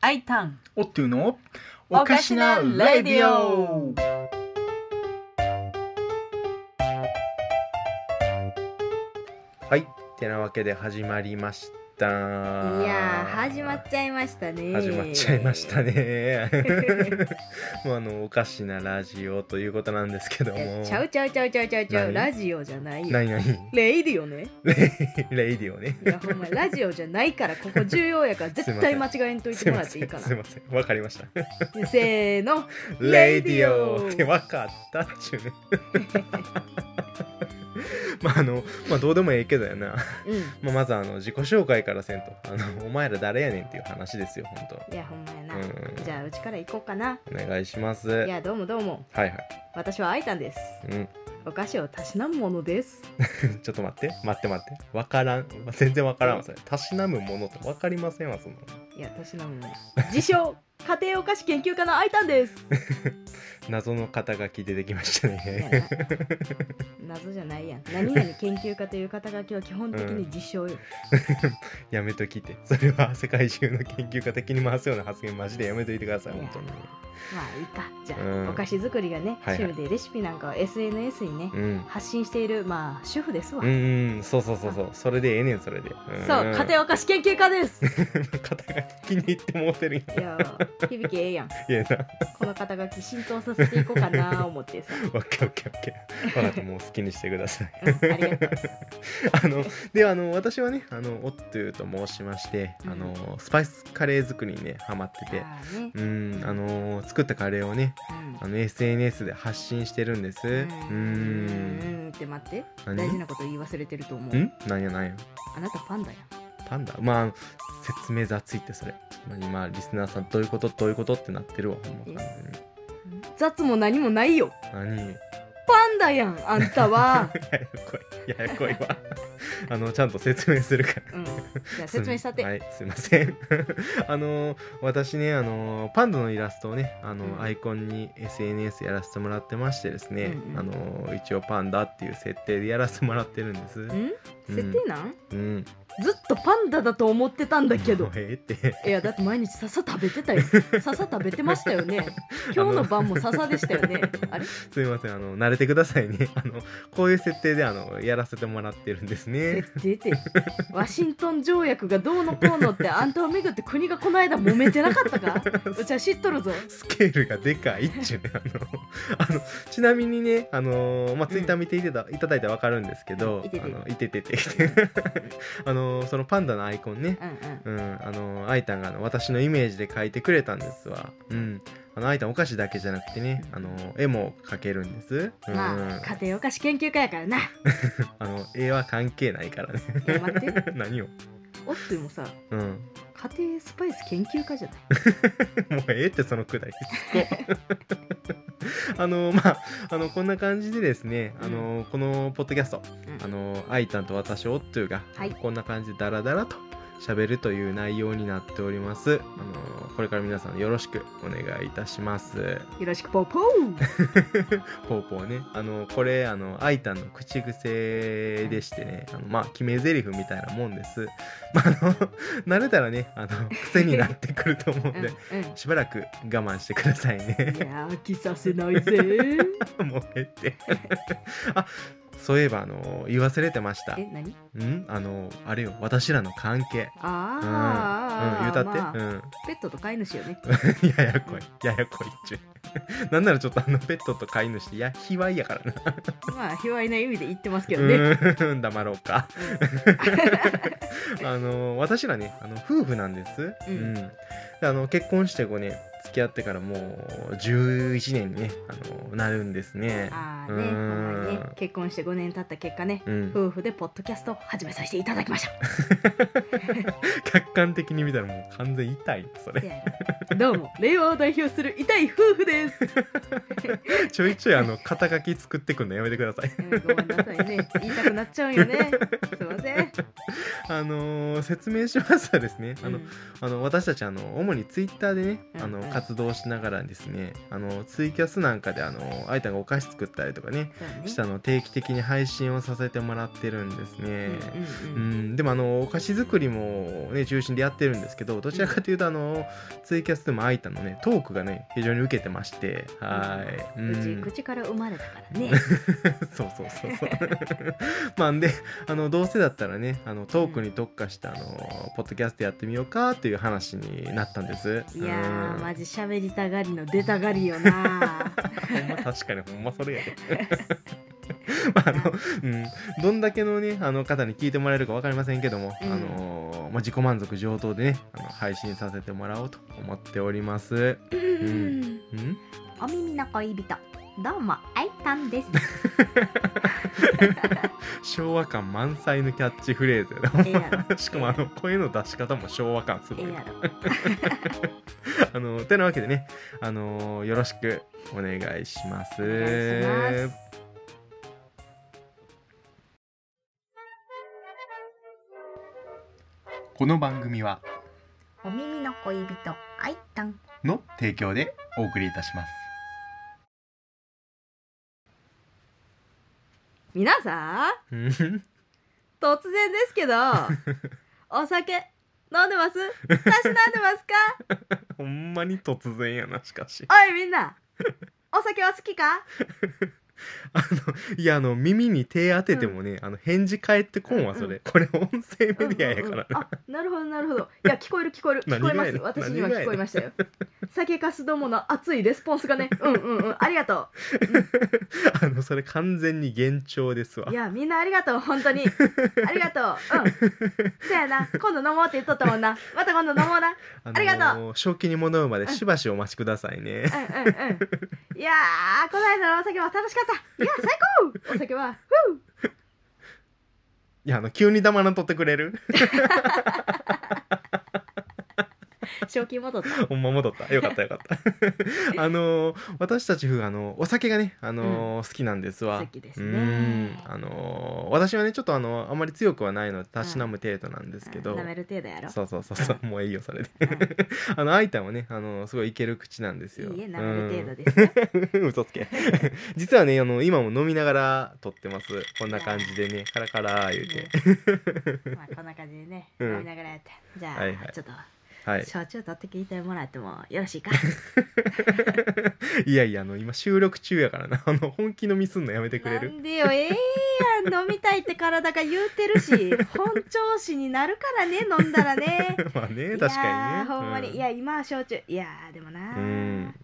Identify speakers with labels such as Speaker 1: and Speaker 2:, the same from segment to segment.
Speaker 1: アイタン
Speaker 2: おっていうの
Speaker 1: おかしなレディオ
Speaker 2: はいてなわけで始まりました
Speaker 3: い
Speaker 2: い
Speaker 3: やー始まっちゃいましたね
Speaker 2: 始まっちゃいまし たねもうあのおかしなラジオということなんですけど
Speaker 3: いや
Speaker 2: も
Speaker 3: ちゃうちゃうちゃうちゃうちゃうちゃうラ
Speaker 2: 何
Speaker 3: ジオじゃないよ
Speaker 2: 何何
Speaker 3: レイディオね
Speaker 2: レイディオね
Speaker 3: いやほんまラジオじゃないからここ重要やから絶対間違えんとい
Speaker 2: す
Speaker 3: て
Speaker 2: い
Speaker 3: も
Speaker 2: ま
Speaker 3: らって
Speaker 2: せ
Speaker 3: いい
Speaker 2: ん
Speaker 3: かな
Speaker 2: すいませんわかりました
Speaker 3: せー の
Speaker 2: レ
Speaker 3: レ
Speaker 2: デ
Speaker 3: デ
Speaker 2: ィ
Speaker 3: ィ
Speaker 2: オ
Speaker 3: オ
Speaker 2: ってわかったっちゅうね。 まああのまあどうでもええけどやな、
Speaker 3: うん
Speaker 2: まあ、まずあの自己紹介からせんとあのお前ら誰やねんっていう話ですよ本
Speaker 3: いやほんまや
Speaker 2: 当
Speaker 3: な、
Speaker 2: うん
Speaker 3: じゃあうちから行こうかな
Speaker 2: お願いします
Speaker 3: い
Speaker 2: はい
Speaker 3: やどうもどうも
Speaker 2: はい、
Speaker 3: 私はアイタンです
Speaker 2: うん、
Speaker 3: お菓子をたしなむものです
Speaker 2: ちょっと待って待って待ってわからん全然わからんわそれたしなむものとわかりませんわその
Speaker 3: いやたしなむもの自称家庭お菓子研究家のアイタンです
Speaker 2: 謎の肩書き出てきまし た
Speaker 3: いや
Speaker 2: ね
Speaker 3: な謎じゃないや ん何々研究家という肩書きは基本的に自称よ、
Speaker 2: やめときてそれは世界中の研究家的に回すような発言マジでやめといてください
Speaker 3: いや
Speaker 2: 本当に
Speaker 3: まあいいかじゃあ、
Speaker 2: うん
Speaker 3: お菓子作りがね、
Speaker 2: はいはい
Speaker 3: 趣味でレシピなんかを SNS にね、
Speaker 2: うん
Speaker 3: 発信しているまあ主婦ですわ、
Speaker 2: うんうんそうそうそうそうそれでええねんそれで、うん、
Speaker 3: そう家 庭お菓子研究家ですい
Speaker 2: 肩が気に入ってもうてるんや
Speaker 3: や響きええやん
Speaker 2: いやな
Speaker 3: この肩書き浸透させていこうかな思って さ、
Speaker 2: オッケーオッケーオッケー分かったもう好きにしてください
Speaker 3: う んありがとう
Speaker 2: あのであの私はねあのオットゥーと申しまして、あのスパイスカレー作りにねハマってて
Speaker 3: あーね
Speaker 2: うんあの作ったカレーをね
Speaker 3: うん
Speaker 2: あの SNS で発信してるんですう
Speaker 3: うん
Speaker 2: ん
Speaker 3: うんって待って
Speaker 2: 何
Speaker 3: 大事なこと言い忘れてると思うん
Speaker 2: なんやなんや
Speaker 3: あなたパンダやん
Speaker 2: パンダまあ説明雑いってそれまあ今リスナーさんどういうことどういうことってなってるわほんま
Speaker 3: 雑も何もないよ
Speaker 2: 何
Speaker 3: パンダやんあんたは
Speaker 2: ややこいややこいわ あのちゃんと説明するから
Speaker 3: うんじゃあ説明したて、
Speaker 2: はいすいません あの私ねあのパンダのイラストをねあの、
Speaker 3: うん
Speaker 2: アイコンに SNS やらせてもらってましてですね、
Speaker 3: うんうん
Speaker 2: あの一応パンダっていう設定でやらせてもらってるんです
Speaker 3: ん設定なん、
Speaker 2: うん
Speaker 3: ずっとパンダだと思ってたんだけ
Speaker 2: も
Speaker 3: ど
Speaker 2: うええって
Speaker 3: いやだって毎日笹食べて たよ笹食べてましたよね今日の晩も笹でしたよねあれ
Speaker 2: すいませんあの慣れてくださいねあ のこういう設定であのやらせてもらってるんですね
Speaker 3: 設定ってワシントン条約がどうのこうのってあんたをめぐって国がこの間揉めてなかったか うちは知っとるぞ
Speaker 2: スケールがでかいっちゅうねあ のあのちなみにねあのーま
Speaker 3: う
Speaker 2: あ
Speaker 3: ん
Speaker 2: ツイッター見ていただ,、いただいたらわかるんですけど、
Speaker 3: うんいてて
Speaker 2: あのいててて あのーそのパンダのアイコンね
Speaker 3: う、んうん
Speaker 2: うんあのーアイタンがあの私のイメージで描いてくれたんですわうんあのアイタンお菓子だけじゃなくてね、あのー絵も描けるんです、うん
Speaker 3: まあ家庭お菓子研究家やから ない
Speaker 2: あの絵は関係ないからね
Speaker 3: や待って
Speaker 2: 何を
Speaker 3: おっともさ
Speaker 2: うん
Speaker 3: 家庭スパイス研究家じゃない
Speaker 2: もうええってそのくだ りあのーまああのこんな感じでですね、あのーこのポッドキャスト
Speaker 3: うん
Speaker 2: あのアイタンと私オットゥが、
Speaker 3: はい
Speaker 2: こんな感じでダラダラと喋るという内容になっておりますあのこれから皆さんよろしくお願いいたします
Speaker 3: よろしくポーポ ー
Speaker 2: ポーポーねあのこれあのアイタンの口癖でしてねあのまあ決め台詞みたいなもんです まああの慣れたらねあの癖になってくると思うん
Speaker 3: うんう
Speaker 2: で
Speaker 3: ん
Speaker 2: しばらく我慢してくださいね
Speaker 3: いや飽きさせない ぜ
Speaker 2: もうええって あそういえばあの言わせれてました
Speaker 3: え何
Speaker 2: んあのあれよ私らの関係うんうん
Speaker 3: あ
Speaker 2: 言う
Speaker 3: ーあー
Speaker 2: た
Speaker 3: あー
Speaker 2: って、
Speaker 3: まあペットと飼い主よね
Speaker 2: うん ややこいややこいっちゅう なんならちょっとあのペットと飼い主っていや卑猥やからな
Speaker 3: まあ卑猥な意味で言ってますけどね、うん
Speaker 2: うーん 黙ろうか あの私らねあの夫婦なんです、
Speaker 3: うん
Speaker 2: であの結婚して5年付き合ってからもう11年にねあのなるんですね
Speaker 3: ああ
Speaker 2: う
Speaker 3: ね
Speaker 2: ん
Speaker 3: ほんまにね結婚して5年経った結果ね
Speaker 2: うん、
Speaker 3: 夫婦でポッドキャストを始めさせていただきました
Speaker 2: 客観的に見たらもう完全痛い なそれ
Speaker 3: せやなどうも令和を代表する痛い夫婦 です、
Speaker 2: ちょいちょいあの肩書き作ってくんのやめてくださ い
Speaker 3: うんごめんなさいね言いたくなっちゃうんよねすいません
Speaker 2: あのー説明しますとですね、あの
Speaker 3: うん
Speaker 2: あの私たちあの主にツイッターでね、
Speaker 3: うん
Speaker 2: あの
Speaker 3: うん
Speaker 2: 家活動しながらですねあのツイキャスなんかであのあいたんがお菓子作ったりとかね
Speaker 3: そうやね
Speaker 2: したのを定期的に配信をさせてもらってるんです
Speaker 3: うん
Speaker 2: ね。
Speaker 3: う
Speaker 2: う
Speaker 3: んうん
Speaker 2: ん、でもあのお菓子作りも、ね、中心でやってるんですけどどちらかというとあのツイキャスでもあいたのねトークがね非常に受けてましてはい、
Speaker 3: うち
Speaker 2: ん
Speaker 3: 口から生まれたからね
Speaker 2: そうそうそうそうまあんであのどうせだったらねあのトークに特化したあのポッドキャストやってみようかっていう話になったんです
Speaker 3: いやー
Speaker 2: うん
Speaker 3: マジ喋りたがりの出たがりよな
Speaker 2: ほんま 確かにほんまそれや でまああのうん、どんだけのねあの方に聞いてもらえるか分かりませんけども、
Speaker 3: うん
Speaker 2: あのーまあ、自己満足上等でねあの配信させてもらおうと思っております。
Speaker 3: うんん
Speaker 2: うん
Speaker 3: お耳の恋人どうもあいたんです
Speaker 2: 昭和感満載のキャッチフレーズやな
Speaker 3: ええ や
Speaker 2: しかもあの声の出し方も昭和感す
Speaker 3: ろ
Speaker 2: ご
Speaker 3: え
Speaker 2: い
Speaker 3: え
Speaker 2: な
Speaker 3: や。ろ
Speaker 2: あのてなわけでね、あのーよろしくお願いします。
Speaker 3: お願いしま
Speaker 2: この番組は
Speaker 3: お耳の恋人あいたん
Speaker 2: の提供でお送りいたします。
Speaker 3: 皆さん
Speaker 2: うん
Speaker 3: 突然です けどお酒飲んで ますたしなんでますか
Speaker 2: ほんまに突然やなしかし。
Speaker 3: おいみんなお酒は好きか
Speaker 2: あのいやあの耳に手当ててもね、あの返事返ってこんわそれ、これ音声メディアやからな、
Speaker 3: あなるほどなるほどいや聞こえる聞こえ る聞
Speaker 2: 何
Speaker 3: こ
Speaker 2: が
Speaker 3: えま
Speaker 2: や
Speaker 3: す
Speaker 2: ねん
Speaker 3: 私には
Speaker 2: 何がや
Speaker 3: 聞こえ
Speaker 2: ねん
Speaker 3: ましたよ酒かすどもの熱いレスポンスがねうんうんうんありがと
Speaker 2: あのそれ完全に幻聴ですわ
Speaker 3: ういやみんなありがとう本 当にありがとううんそやな今度飲もうって言っとったもんなまた今度飲もうな
Speaker 2: あ
Speaker 3: ありが
Speaker 2: とう正気に戻るまでしばしお待ちくださいね
Speaker 3: うんうんうんいやーこの間のお酒は楽しかったいや最高お酒はい
Speaker 2: やあの急に黙らんとってくれる
Speaker 3: 賞金戻った
Speaker 2: ほんま戻ったよかったよかった あの私たち夫婦あのお酒がねあの、好きなんですわ
Speaker 3: 好きです
Speaker 2: う
Speaker 3: ね
Speaker 2: んあの私はねちょっとあのあんまり強くはないのでたしなむ程度なんですけど、
Speaker 3: 舐める程度やろ
Speaker 2: そうそうそ うそうもういいよそれで
Speaker 3: う
Speaker 2: あのアイタンはねあのすごいいける口なんですよ
Speaker 3: んいいえ舐める程度ですよ
Speaker 2: うん嘘つけ 実はねあの今も飲みながら撮ってますこんな感じでねカラカラ言うて、
Speaker 3: ねまあこんな感じでね、
Speaker 2: うん
Speaker 3: 飲みながらやってじゃあ、
Speaker 2: はいはい
Speaker 3: ちょっと
Speaker 2: はい
Speaker 3: 焼酎取って聞いてもらってもよろしいか
Speaker 2: いやいやあの今収録中やからなあの本気飲みすんのやめてくれ
Speaker 3: な
Speaker 2: る
Speaker 3: んでよええやん飲みたいって体が言うてるし本調子になるからね飲んだらね
Speaker 2: まあね確
Speaker 3: い
Speaker 2: か
Speaker 3: やー
Speaker 2: にね
Speaker 3: ほんまに、
Speaker 2: う
Speaker 3: いや今は焼酎いやーでもな
Speaker 2: う
Speaker 3: ー
Speaker 2: ん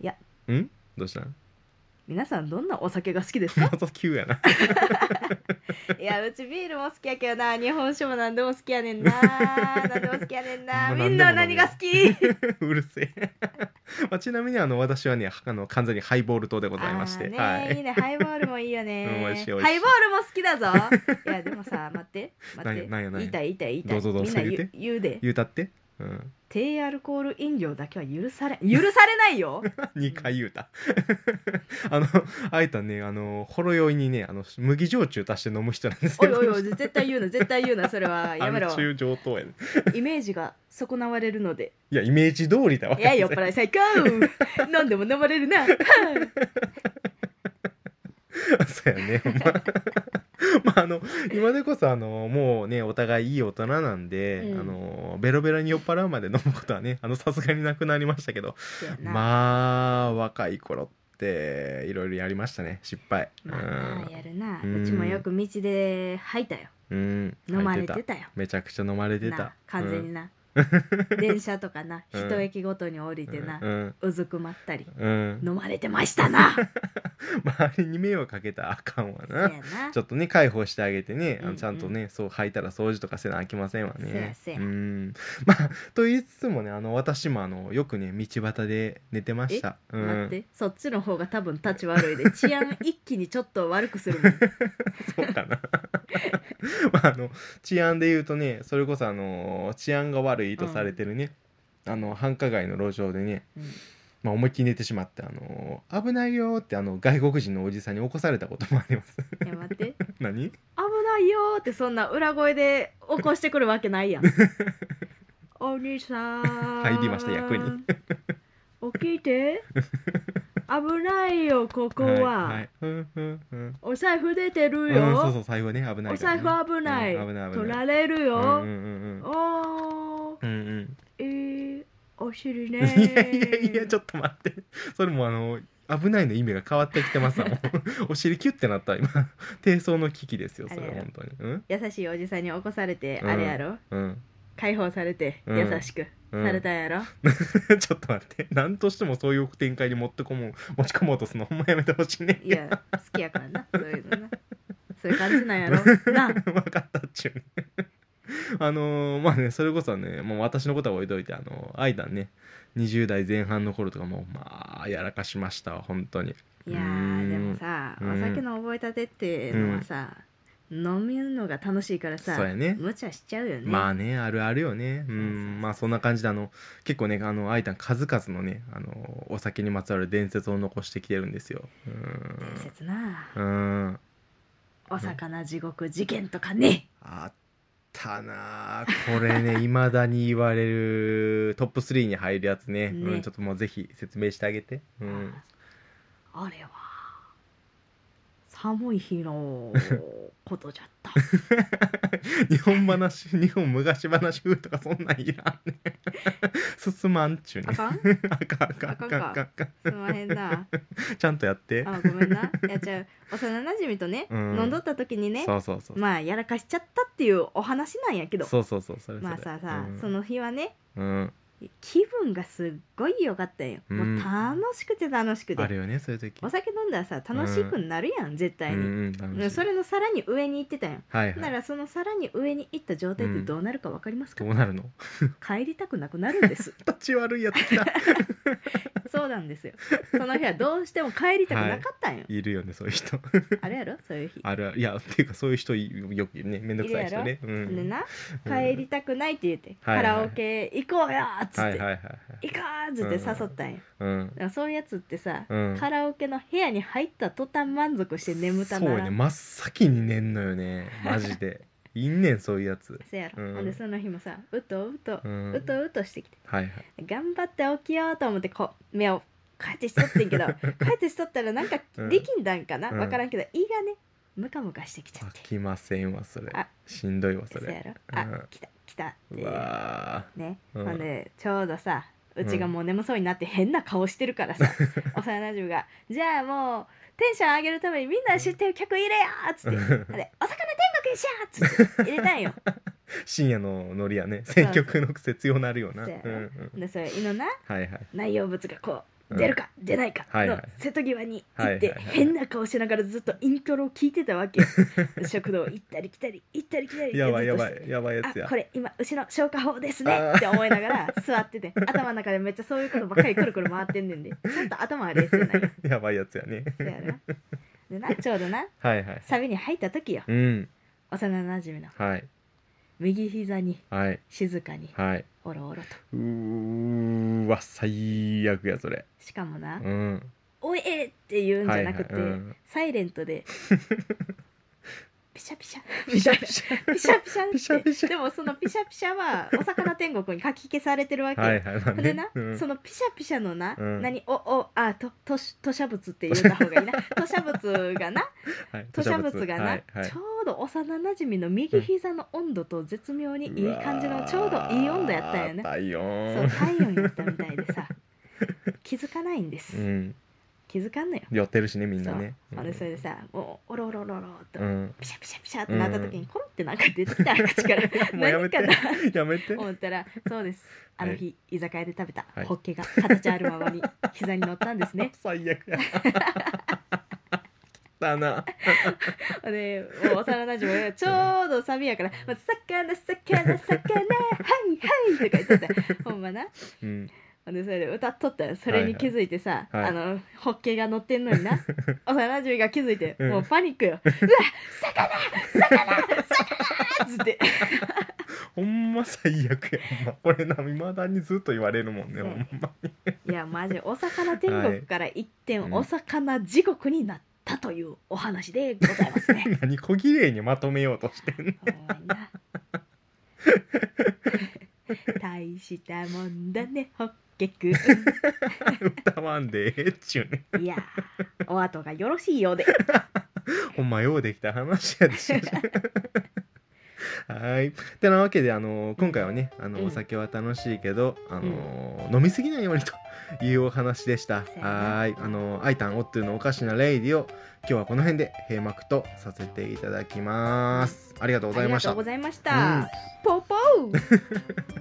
Speaker 3: いや
Speaker 2: うんどうした ん
Speaker 3: 皆さんどんなお酒が好き です
Speaker 2: ま
Speaker 3: か
Speaker 2: た急やない
Speaker 3: やうちビールも好きやけどな日本酒も何でも好きやねんな ー何でも好きやねんなー
Speaker 2: まあ
Speaker 3: みんなは
Speaker 2: 何で
Speaker 3: 何
Speaker 2: も
Speaker 3: が
Speaker 2: 飲
Speaker 3: 好き
Speaker 2: うるせえ、 まあ、ちなみにあの私はねあの完全にハイボール糖でございまして
Speaker 3: あーね、
Speaker 2: はい
Speaker 3: い
Speaker 2: い
Speaker 3: ねハイボールもいいよね
Speaker 2: うん美味しい美味しい
Speaker 3: ハイボールも好きだぞいやでもさ待って待って
Speaker 2: なんやなんやなん
Speaker 3: 言
Speaker 2: や
Speaker 3: いたい言いたい言いたい
Speaker 2: どうぞどうぞ
Speaker 3: みんな言
Speaker 2: 言う
Speaker 3: う言うで
Speaker 2: 言うたって、うん、
Speaker 3: 低アルコール飲料だけは許され許されない よ
Speaker 2: 2回言うた あのあいたねあのほろ酔いにねあの麦焼酎足して飲む人なんです
Speaker 3: おい
Speaker 2: よ
Speaker 3: おいおい絶対言うな絶対言うなそれはや めろ
Speaker 2: 暗中上等やね
Speaker 3: イメージが損なわれるので
Speaker 2: いやイメージ通りだわ
Speaker 3: いや酔っ払い 最高飲んでも飲まれるな
Speaker 2: そうやねほんままああの今でこそあのもうねお互いいい大人なんで、
Speaker 3: うん
Speaker 2: あのベロベロに酔っ払うまで飲むことはねあのさすがになくなりましたけど
Speaker 3: そやな
Speaker 2: まあ若い頃っていろいろやりましたね失敗、
Speaker 3: まあなあやるな
Speaker 2: うん
Speaker 3: うちもよく道で吐いたよ
Speaker 2: うん、うん、
Speaker 3: 飲まれ
Speaker 2: 入ってた
Speaker 3: たよ
Speaker 2: めちゃくちゃ飲まれて
Speaker 3: な
Speaker 2: た
Speaker 3: あ完全にな電車とかな
Speaker 2: うん
Speaker 3: 一駅ごとに降りてな
Speaker 2: うんうん
Speaker 3: うずくまったり
Speaker 2: うん、
Speaker 3: 飲まれてましたな
Speaker 2: 周りに迷惑かけたらあかんわ
Speaker 3: そや
Speaker 2: な
Speaker 3: な
Speaker 2: ちょっとね解放してあげてね
Speaker 3: うんう
Speaker 2: あの
Speaker 3: ん
Speaker 2: ちゃんとね、そう履いたら掃除とかせなあきませんわね
Speaker 3: そうやそうや
Speaker 2: ん まあと言いつつもねあの私もあのよくね道端で寝てましたう
Speaker 3: 待っ
Speaker 2: ん
Speaker 3: てそっちの方が多分立ち悪いで治安一気にちょっと悪くするもん
Speaker 2: そうかな まああの治安で言うとねそれこそあの治安が悪いとされてるね、あの繁華街の路上でね、
Speaker 3: うん
Speaker 2: まあ、思いっきり寝てしまってあの危ないよーってあの外国人のおじさんに起こされたこともあります
Speaker 3: いや待って
Speaker 2: 何
Speaker 3: 危ないよーってそんな裏声で起こしてくる わけないやんお兄さん
Speaker 2: 入りました役に
Speaker 3: 起きて危ないよここは、
Speaker 2: いふんふんふん
Speaker 3: お財布出てる
Speaker 2: うん
Speaker 3: よ、
Speaker 2: そうそう財布ね危ない
Speaker 3: お財布危ない,、
Speaker 2: うん危ない危ない
Speaker 3: 取られる
Speaker 2: う
Speaker 3: よ、
Speaker 2: んうんうん
Speaker 3: おー
Speaker 2: うんうん
Speaker 3: いいお尻
Speaker 2: い
Speaker 3: ね
Speaker 2: やいやいやちょっと待ってそれもあの危ないの意味が変わってきて ますわもうお尻キュッてなった今低層の危機ですよそれは本当にうん
Speaker 3: 優しいおじさんに起こされて、
Speaker 2: うん
Speaker 3: あれやろ
Speaker 2: うん
Speaker 3: 解放されて、
Speaker 2: うん
Speaker 3: 優しく
Speaker 2: うん
Speaker 3: されたやろ、
Speaker 2: ちょっと待って何としてもそういう展開に持ってこもう 持ち込もうとするのほんまやめてほしいね
Speaker 3: いや好きやからなそういうのなそういう感じなんや ろな
Speaker 2: 分かったっちゅうね あのーまあねそれこそねもう私のことは置いといてあのーアイダンね20代前半の頃とかもうまあやらかしましたわ本当に
Speaker 3: いや
Speaker 2: う
Speaker 3: ー
Speaker 2: ん
Speaker 3: でもさ
Speaker 2: うん
Speaker 3: お酒の覚えたてっていうのはさ、飲みるのが楽しいからさ
Speaker 2: そうやね
Speaker 3: 無茶しちゃうよね
Speaker 2: まあねあるあるよ
Speaker 3: そう
Speaker 2: ねう
Speaker 3: そうそうん
Speaker 2: まあそんな感じであの結構ねあのアイダン数々のねあのーお酒にまつわる伝説を残してきてるんですよ
Speaker 3: 伝説な
Speaker 2: うんうん
Speaker 3: お魚地獄事件とかね
Speaker 2: あったなあこ れねいまだに言われるトップ3に入るやつね
Speaker 3: ね
Speaker 2: うん、ちょっともうぜひ説明してあげて、うん、
Speaker 3: あれは寒い日のことじゃった
Speaker 2: 日本話 日本昔話風とかそんなんいら んね進まんちゅう
Speaker 3: あ
Speaker 2: ね
Speaker 3: かん
Speaker 2: あかんあかんあかんあかんあかん
Speaker 3: すんまへんな
Speaker 2: ちゃんとやって
Speaker 3: あごめんなやっちゃう幼なじみとね、
Speaker 2: うん
Speaker 3: 飲んどった時にね
Speaker 2: そうそうそう、
Speaker 3: まあやらかしちゃったっていうお話なんやけど
Speaker 2: そうそうそうそれそれ
Speaker 3: まあささ、
Speaker 2: うん、
Speaker 3: その日はね
Speaker 2: うん、
Speaker 3: 気分がすっごい良かったんよ、
Speaker 2: うん
Speaker 3: もう楽しくて楽しく
Speaker 2: ある
Speaker 3: て
Speaker 2: よねそういう時
Speaker 3: お酒飲んだらさ楽しくなるやん、絶対
Speaker 2: うん
Speaker 3: に、
Speaker 2: うん楽しい
Speaker 3: それのさらに上に行ってたんよ
Speaker 2: はいは
Speaker 3: ないらそのさらに上に行った状態ってどうなるかわかりますか、
Speaker 2: どうなるの
Speaker 3: 帰りたくなくなるんです
Speaker 2: 立ち悪いやつ 来た
Speaker 3: そうなんですよその日はどうしても帰りたくなかったんよ、
Speaker 2: いるよねそういう人
Speaker 3: あれやろそういう日
Speaker 2: あるあるいやっていうかそういう人いよくねめんどくさい人ね。うん
Speaker 3: でな
Speaker 2: うん
Speaker 3: 帰りたくないって言って、
Speaker 2: はいはい
Speaker 3: カラオケ行こうよっつって、
Speaker 2: はいはいはいはい。
Speaker 3: 行こうっつって誘ったんよ、
Speaker 2: うん
Speaker 3: だからそういうやつってさ、
Speaker 2: うん。
Speaker 3: カラオケの部屋に入った途端満足して眠た
Speaker 2: そ
Speaker 3: な
Speaker 2: う
Speaker 3: ら
Speaker 2: よね真っ先に寝んのよねマジで。いんねんそういうやつ。
Speaker 3: そやろ、
Speaker 2: うん
Speaker 3: ほんでその日もさうとうと
Speaker 2: う、ん。
Speaker 3: うとうとしてきて
Speaker 2: はいはい。
Speaker 3: 頑張って起きようと思ってこう目をこうやってしとってん けどこうやってしとったらなんか
Speaker 2: うん
Speaker 3: 力んだんかな、
Speaker 2: うん
Speaker 3: わからんけど胃がねムカムカしてきちゃっ
Speaker 2: 飽
Speaker 3: て
Speaker 2: きませんわそれ
Speaker 3: あ。
Speaker 2: しんどいわそ
Speaker 3: そや
Speaker 2: れ。
Speaker 3: ろあ、
Speaker 2: うん
Speaker 3: 来た来たって
Speaker 2: う
Speaker 3: いう
Speaker 2: わ
Speaker 3: ね、
Speaker 2: うん
Speaker 3: ほんでちょうどさうちがもう眠そうになって変な顔してるから さ、幼なじみが「じゃあもうテンション上げるためにみんな知ってる曲入れよ!」っつって「あ
Speaker 2: ー。
Speaker 3: れお魚天国にしよう!」っつって入れたんよ。
Speaker 2: 深夜のノリやね
Speaker 3: うそう
Speaker 2: 選曲の癖強なるよな。う
Speaker 3: そ
Speaker 2: ん
Speaker 3: うや
Speaker 2: う
Speaker 3: ろ
Speaker 2: ん。
Speaker 3: でそれ胃のな
Speaker 2: はいはい。
Speaker 3: 内容物がこ
Speaker 2: う
Speaker 3: うん出るか出ないか
Speaker 2: はいは
Speaker 3: の
Speaker 2: い
Speaker 3: 瀬戸際に行って
Speaker 2: はいはいはい
Speaker 3: 変な顔しながらずっとイントロを聞いてたわ けよ食堂行ったり来たり行ったり来たり
Speaker 2: やばいや
Speaker 3: ずっと
Speaker 2: ば
Speaker 3: して
Speaker 2: いやばいやつ
Speaker 3: あ
Speaker 2: や
Speaker 3: こ。れ今牛の消化法です
Speaker 2: あ
Speaker 3: ね
Speaker 2: ー
Speaker 3: って思いながら座って て頭の中でめっちゃそういうことばっかりくるくる回ってんねんでちょっと頭は冷静なんよ
Speaker 2: やばいやつやね。
Speaker 3: そやなでなちょうどな
Speaker 2: はいはい。
Speaker 3: サビに入った時よ
Speaker 2: うん。
Speaker 3: 幼なじみの
Speaker 2: はい
Speaker 3: 右膝に
Speaker 2: はい
Speaker 3: 静かに
Speaker 2: はい。
Speaker 3: おろおろと
Speaker 2: うーわ最悪やそれ。
Speaker 3: しかもな
Speaker 2: うん。
Speaker 3: 「おえ!」って言うんじゃなくて、
Speaker 2: はいはい うん
Speaker 3: サイレントでピシャピシャ
Speaker 2: ピシャピシャ。
Speaker 3: ピシャピシャって
Speaker 2: ピシャピシャ
Speaker 3: でもそのピシャピシャはお魚天国にかき消されてるわけよ、
Speaker 2: はいはい。まあね
Speaker 3: でな、
Speaker 2: うん
Speaker 3: そのピシャピシャのな、
Speaker 2: うん
Speaker 3: 何おおあととし吐しゃ物って言った方 がいいな吐しゃ物がな
Speaker 2: はい
Speaker 3: 吐しゃ物がな、
Speaker 2: はいはい
Speaker 3: ちょうど幼なじみの右膝の温度と絶妙にいい感じのちょうどいい温度やったんやね
Speaker 2: うわー体
Speaker 3: そ
Speaker 2: 温
Speaker 3: う体温やったみたいでさ気づかないんです、
Speaker 2: うん。
Speaker 3: 気づかんのよ
Speaker 2: 寄ってるしねみんなね。
Speaker 3: あれそれでさもうおろおろおろおろっと、
Speaker 2: うん。
Speaker 3: ピシャピシャピシャってなった時にコロってなんか出てきた口から
Speaker 2: もうや
Speaker 3: 何
Speaker 2: めて
Speaker 3: かな
Speaker 2: やめて。
Speaker 3: 思ったらそうですあの日居酒屋で食べた
Speaker 2: はい
Speaker 3: ホッケが形あるままに膝に乗ったんですね
Speaker 2: 最悪や。だな。
Speaker 3: でもう幼なじみがちょうどサビやから「まあ魚魚魚はいはい」とか言ってたほんまな
Speaker 2: うん。
Speaker 3: ほんでそれで歌っとったらそれに気づいてさ、
Speaker 2: はいはいはい
Speaker 3: あのホッケが乗ってんのにな幼なじみが気づいて
Speaker 2: うん
Speaker 3: もうパニックよ「うわ魚魚魚!」っつって
Speaker 2: ほんま最悪や。ほんまこれな未だにずっと言われるもんね。
Speaker 3: そう
Speaker 2: ほんまに。
Speaker 3: いやマジお魚天国から一点、
Speaker 2: はい
Speaker 3: お魚地獄になったというお話でございます ね。
Speaker 2: 何小綺麗にまとめようとしてんの。
Speaker 3: ほんま にな大したもんだねホッ結局
Speaker 2: 歌わんでええっちゅうね
Speaker 3: いやーお後がよろしいよう で
Speaker 2: ほんまようできた話やでしょはいてなわけであの今回はねあの、
Speaker 3: うん
Speaker 2: お酒は楽しいけどあの、飲みすぎないようにというお話でした、
Speaker 3: そうやな
Speaker 2: はいあの「アイタンオットゥのおかしなレイディ」を今日はこの辺で閉幕とさせていただきますありがとう
Speaker 3: あ
Speaker 2: ござい
Speaker 3: り
Speaker 2: ま
Speaker 3: が
Speaker 2: し
Speaker 3: と
Speaker 2: た
Speaker 3: うございました、ポーポー